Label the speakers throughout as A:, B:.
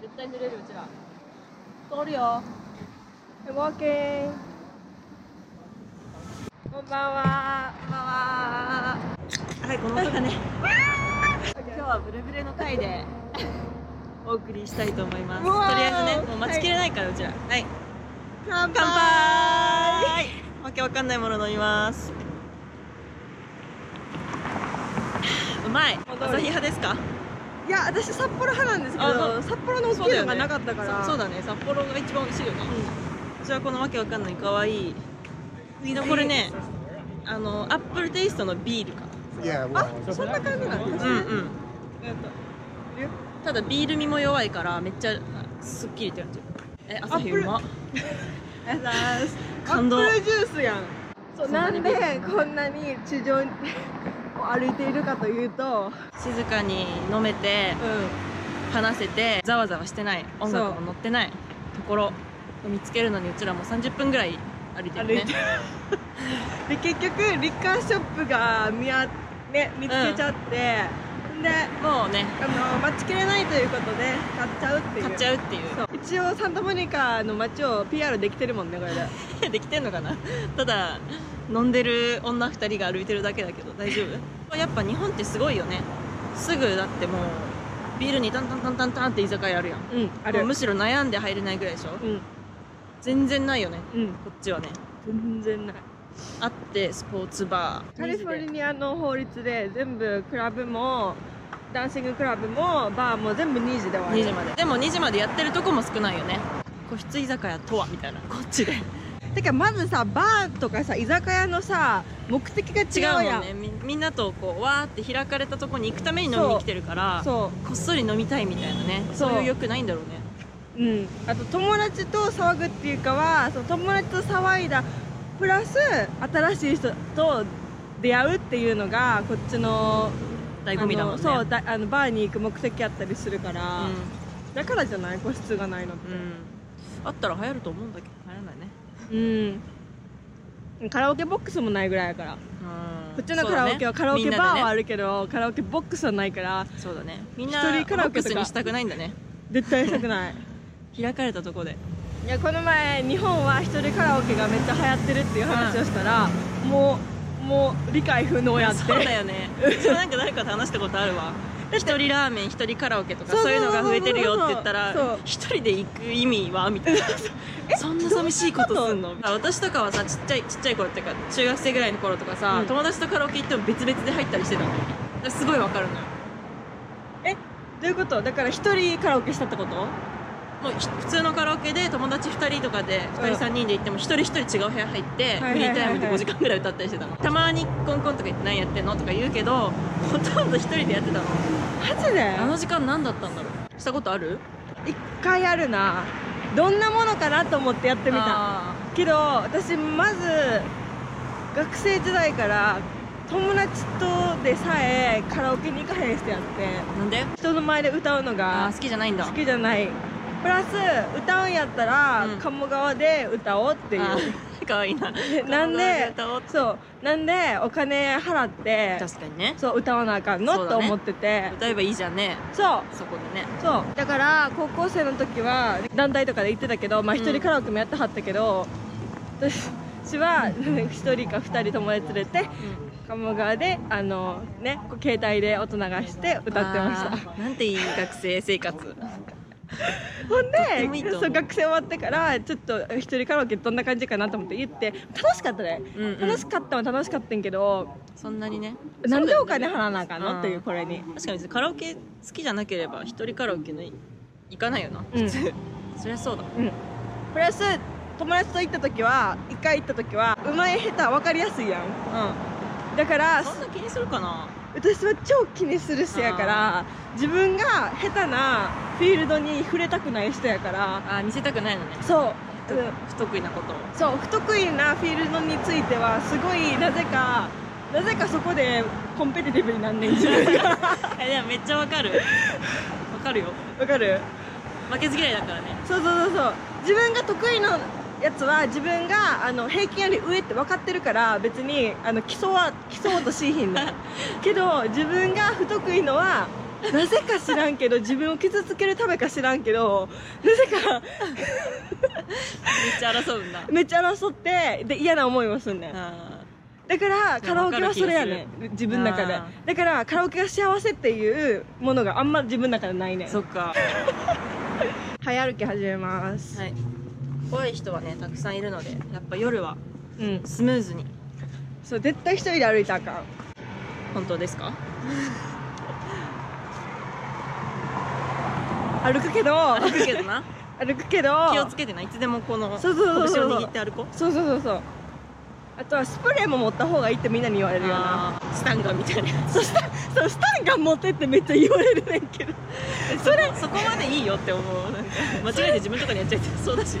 A: 絶対濡れるうちら
B: Sorry
A: ウォーキングこんばんはこんばんは
B: はい、この音がね。 今日はブルブルの回でお送りしたいと思います。
A: うわー
B: とりあえずね、もう待ちきれないから、うちら。はい。
A: 乾
B: 乾杯わけわかんないもの飲みます。うまい。
A: 戻る
B: 朝日派ですか
A: いや私札幌派なんですけ
B: あそ
A: ど
B: う
A: 札幌の大きいのがなかったから
B: そうそうだね、札幌が一番美味しいよね。うちはこのわけわかんない可愛い。次のこれね、あの、アップルテイストのビールか。
C: Yeah, well,
A: そんな感じなの
B: うんうん。ただビール味も弱いからめっちゃすっきりって感じえ朝日うま
A: ありがとうございます
B: 感動
A: アップルジュースやんそう
B: そんな
A: な
B: に
A: んでこんなに地上を歩いているかというと、
B: 静かに飲めて話せてざわざわしてない音楽も乗ってないところを見つけるのにうちらも30分ぐらい歩いてる
A: 歩い
B: ね
A: てで結局リッカーショップが見あ、ね、見つけちゃって、で
B: もうね
A: あの待ちきれないということで買っちゃうっていう
B: 買っちゃう ってい
A: そう
B: う
A: 一応サンタモニカの街を PR できてるもんねこれで
B: できてんのかなただ飲んでる女2人が歩いてるだけだけど大丈夫 やっぱ日本ってすごいよねすぐだってもうビールにタンタンタンタンタンって居酒屋あるやん
A: うんあ
B: も
A: る
B: うむしろ悩んで入れないぐらいでしょ
A: うん
B: 全然ないよね
A: うん
B: こっちはね
A: 全然ない
B: あってスポーツバー
A: カリフォルニアの法律で全部クラブもダンシングクラブもバーも全部2時で終わる
B: 2時まででも2時までやってるとこも少ないよね個室居酒屋とはみたいなこっちで
A: てかまずさバーとかさ居酒屋のさ目的が
B: 違
A: 違う
B: う
A: や
B: も
A: ん
B: んねみみんなとこうわーって開かれたとこに行くために飲みに来てるから
A: そ
B: こっそり飲みたいみたいなねそ
A: そ
B: うういうよくないんだろうね
A: ううんあと友達と騒ぐっていうかはその友達と騒いだプラス新しい人と出会うっていうのがこっちの
B: 醍醐味だもんね
A: あのそうだあのバーに行く目的あったりするから、だからじゃない個室がないのって
B: うん、うん、あったら流行ると思うんだけど流行らないね
A: うん、カラオケボックスもないぐらいやから
B: うん
A: こっちのカラオケは、カラオケバーはあ
B: る
A: るけど、カラオケボックスはないから
B: そうだねみんな
A: 一人カラオケと
B: ボッス
A: か
B: にしたくないんだね
A: 絶対したくない
B: 開かれたとこで
A: いやこの前日本は一人カラオケがめっちゃ流行ってるっていう話をしたら、もうもう理解不能やって
B: そうだよねそうなんか誰かと話したことあるわ一人ラーメン一人カラオケとか
A: そう
B: そ
A: そう
B: ういうのが増えてるよって言った
A: そうそ
B: ら
A: う
B: 一人で行く意味はみたいなそんな寂しいことすんの私とかはさちっちゃいちっちゃい頃っていうか中学生ぐらいの頃とかさ、
A: うん
B: 友達とカラオケ行っても別々で入ったりしてたのよだからすごいわかるのよ
A: どういうことだから一人カラオケしたってこと
B: もうひ普通のカラオケで友達2人とかで2
A: うん
B: 人3人で行っても一人一人違う部屋入って
A: はいはいはいはい
B: フリータイムで5時間ぐらい歌ったりしてたのたまにコンコンとか言って何やってんのとか言うけどほとんど1人でやってたの
A: マジで
B: あの時間何だったんだろうしたことある
A: 一回あるなどんなものかなと思ってやってみた
B: あ
A: けど私まず学生時代から友達とでさえカラオケに行かへんしてやって
B: ーなんで
A: 人の前で歌うの
B: あ
A: が
B: ー好きじゃないんだ
A: 好きじゃないプラス歌うんやったら、
B: うん
A: 鴨川で歌おうっていう
B: あーかわいいな
A: で なんで
B: 歌おう
A: そうなんでお金払って
B: 確かにね
A: そう歌わなあかんの、
B: そうだ
A: と
B: ね
A: 思ってて
B: 歌えばいいじゃんね
A: そう
B: そこでね
A: そうだから高校生の時は団体とかで行ってたけどまあ
B: うん
A: 一人カラオケもやってはったけど、 私私は 一人か二人友達連れて鴨川であのねこう携帯で音流して歌ってました
B: たなんていい学生生活
A: ほん
B: てもいい
A: で
B: と思う
A: そう学生終わってからちょっと一人カラオケどんな感じかなと思って言って楽しかったね、
B: うんうん
A: 楽しかったは楽しかったんけど
B: そんなにね
A: なんでお金払わなあか
B: う
A: ん
B: ん
A: のっていうこれに
B: 確かにカラオケ好きじゃなければ一人カラオケのい行かないよな
A: うん
B: 普通、そりゃそうだ
A: プラス友達と行った時は一回行った時はうまい下手分かりやすいや
B: う
A: んだから
B: んそんな気にするかな
A: 私は超気にする人やから自分が下手なフィールドに触れたくない人やから
B: あー見せたくないのね
A: そう、
B: ふ
A: うん
B: 不得意な ことを
A: そう不得意なフィールドについてはすごいなぜかなぜかそこでコンペティティブになんねん自分が
B: えでもめっちゃわかるわかるよ
A: わかる
B: 負けず嫌いだからね
A: そうそうそうそう自分が得意なやつは自分があの平均より上って分かってるから別にあの競わ競おうとしいひんのけど自分が不得意のはなぜか知らんけど自分を傷つけるためか知らんけどなぜか
B: っちゃ争うんだ
A: めっちゃ争ってで嫌な思いもすんねん
B: あ
A: だからカラオケはそれやね
B: わか
A: ん自分の中で
B: あー
A: だからカラオケが幸せっていうものがあんま自分の中でないね
B: ー
A: ん
B: そっか
A: 早歩き始めます、
B: はい怖い人はねたくさんいるのでやっぱ夜は
A: うん
B: スムーズに
A: そう絶対一人で歩いたらあかん
B: 本当です か
A: 歩くけど
B: 歩くけどな
A: 歩くけど
B: 気をつけてないつでもこの
A: そうそうそうそう
B: 拳を握って歩こう
A: そうそうそうそうあとはスプレーも持った方がいいってみんなに言われるよな
B: あースタンガンみたいな
A: そしたらそうスタンガン持ってってめっちゃ言われるねんけど
B: それそこまでいいよって思うなんか間違えて自分とかにやっちゃいそうだし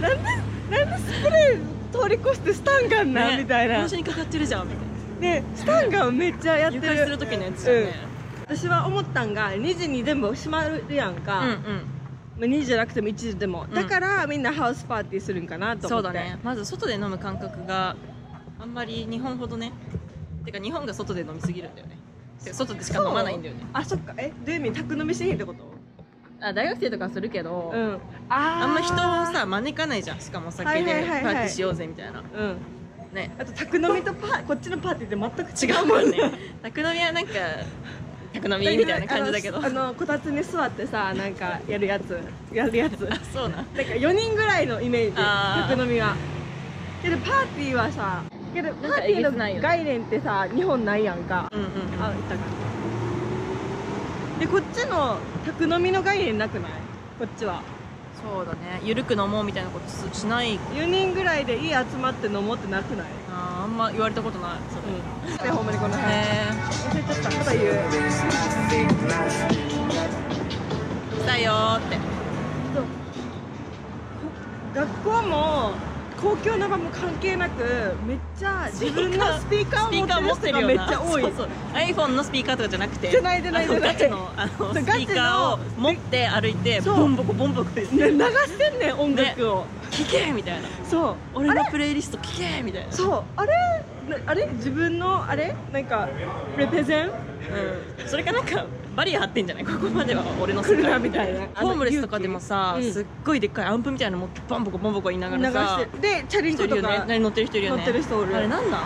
B: なんか
A: なんでなんでスプレー通り越してスタンガンなん、
B: ね
A: みたいな
B: 腰にかかってるじゃんみたいな
A: でスタンガンめっちゃやって
B: 誘
A: る
B: 拐する時のやつじゃんね、
A: うん私は思ったんが2時に全部閉まるやん
B: うん、うん
A: か、まあ2時じゃなくても1時でも、
B: ん
A: だからみんなハウスパーティーするんかなと思って
B: そうだねまず外で飲む感覚があんまり日本ほどねてか日本が外で飲みすぎるんだよねてか外でしか飲まないんだよね
A: あそっかえどういう意味宅飲みしてへんってこと
B: あ大学生とかはするけど、
A: うんあー
B: あんま人をさ招かないじゃんしかもお酒で
A: はいはいはいはい
B: パーティーしようぜみたいな
A: うん
B: ね
A: あと宅飲みとパーこっちのパーティーって
B: 違
A: 全く違う
B: う
A: も
B: も
A: ん
B: ん
A: ね
B: ね宅飲みはなんか宅飲みみたいな感じだけど
A: あのあのこたつに座ってさなんかやるやつやる やつなんか
B: そうなん
A: 4人ぐらいのイメージ
B: あー
A: 宅飲みはけどパーティーはさけどパ
B: なん
A: ー
B: か
A: テ
B: え
A: ィ
B: げつないよ
A: ー
B: ね
A: の概念ってさ日本ないやんか、
B: うんうん
A: あいたかでこっちの宅飲みの概念なくないこっちは
B: そうだねゆるく飲もうみたいなことすしない
A: 4人ぐらいでいい集まって飲もうってなくない
B: あーあんま言われたことないそれ
A: うんでほんまにこの辺
B: へ
A: 忘れちゃったまだ言う
B: え来たよーって
A: そうこ学校も公共の場も関係なくめっちゃ自分のスピーカーを持ってる人がめっちゃ多い
B: スピーカー持ってるよなそうそう iPhone のスピーカーとかじゃなくて
A: じゃないじゃないじゃ
B: あ
A: ない
B: のガチのあの
A: そう
B: スピーカーを
A: ガチの
B: 持って歩いて
A: そう
B: ボンボコボンボコで
A: ね、流してんねん音楽を、
B: 聞け!」みたいな
A: そう
B: 「俺のプレイリスト聞け!」みたいな
A: そうあれなあれ自分のあれなんかレペゼン
B: うんそれかなんかバリア張ってんじゃないここまでは俺の世
A: 来るな
B: 界
A: みたいな
B: ホームレスとかでもさ、
A: うん
B: すっごいでっかいアンプみたいなの持ってボンボコボンボコ言いなが
A: 流
B: らさ
A: してでチャリン
B: 人
A: コ
B: いる
A: と
B: よね
A: か
B: 何乗ってる人いるよね
A: 乗ってる人おる
B: あれなんなん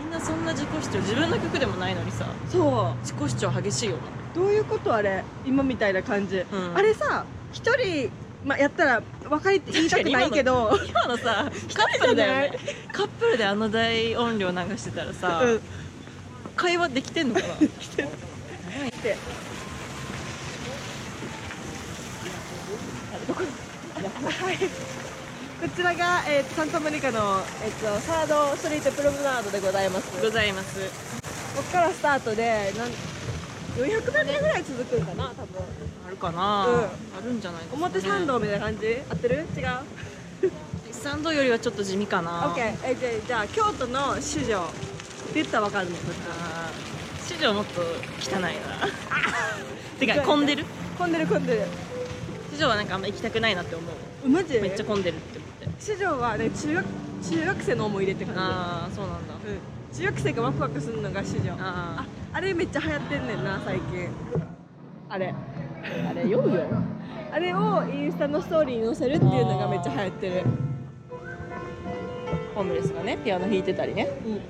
B: みんなそんな自己主張自分の曲でもないのにさ
A: そ
B: 自己主張激しいよ
A: うどういうことあれ今みたいな感じ、
B: ん
A: あれさ一人、ま、やったら分かりって言いたくないけど
B: な今のさカップルだよ
A: 一
B: ねカップルであの大音量流してたらさ、
A: うん
B: 会話できてんのかな
A: ってはいこちらが、えーと、サンタモニカの、えー、とサードストリートプロムナードでございます
B: ご
A: こ
B: ざいます
A: こからスタートでなん400メートルぐらい続くんかな多分
B: あるかな、
A: うん
B: あるんじゃないですかね
A: 表参道みたいな感じ合ってる違う
B: 参道よりはちょっと地味かな
A: OK えーじゃあじゃあ京都の市場って言ったら分かるのこっちは
B: あー市場もっと汚い なてか混んでる
A: 混んでる混んでる
B: 市場はなんかあんま行きたくないなって思う
A: マジ
B: めっちゃ混んでるって思って
A: 市場はね中学中学生の思い出って感
B: ああそうなんだ
A: じ、うん、中学生がワクワクするのが市場
B: あ
A: ああれめっちゃ流行ってんねんな最近あれ
B: ああれ酔うよ
A: あれをインスタのストーリーに載せるっていうのがめっちゃ流行ってる
B: ホームレスがねピアノ弾いてたりね
A: うん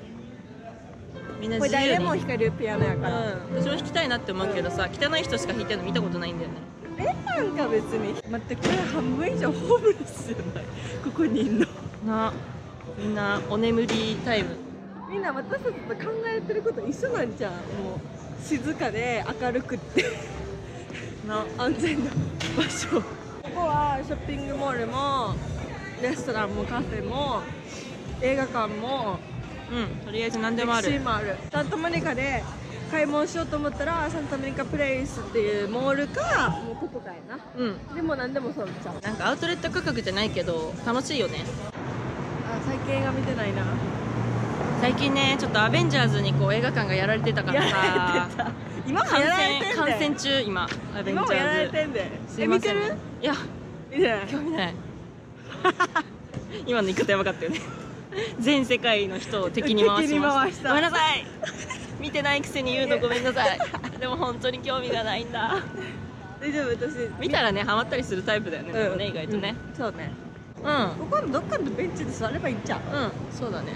B: みんな
A: これ
B: 自由
A: 誰
B: に
A: も弾けるピアノや
B: うん、
A: から、
B: 私も弾きたいなって思うけどさ汚い人しか弾いてるの見たことないんだよね
A: えなんか別に待ってこれ半分以上ホームレスじゃないここにいんの
B: なみんなお眠りタイム
A: みんな私たちと考えてること一緒なんじゃんもう静かで明るくって
B: な
A: 安全な場所ここはショッピングモールもレストランもカフェも映画館も
B: うんとりあえず何でもあ
A: 歴史
B: る
A: もあるサンタモニカで買い物しようと思ったらサンタモニカプレイスっていうモールかもうここかやな
B: うん
A: でも何でもそうじゃんあ
B: なんかアウトレット価格じゃないけど楽しいよね
A: 最近映画見てないな
B: 最近ねちょっとアベンジャーズにこう映画館がやられてたからさ
A: た今も
B: 感
A: やられて
B: 染
A: ん
B: 感
A: で
B: 染中今アベンジャ
A: 今もやられ
B: ーズ
A: てんですえ
B: いま
A: 見
B: せ
A: て
B: ん
A: る
B: いや
A: 見てない
B: 興味ない今の言い方やばかったよね全世界の人を敵に回しま
A: 敵に回し
B: したた ごめんなさい見てないくせに言うのごめんなさいでも本当に興味がないんだ
A: 大丈夫私
B: 見たらねハマったりするタイプだよね、でもね意外とね
A: うんそうね
B: うん
A: ここのどっかのベンチで座ればいいんじゃん
B: うん、そうだね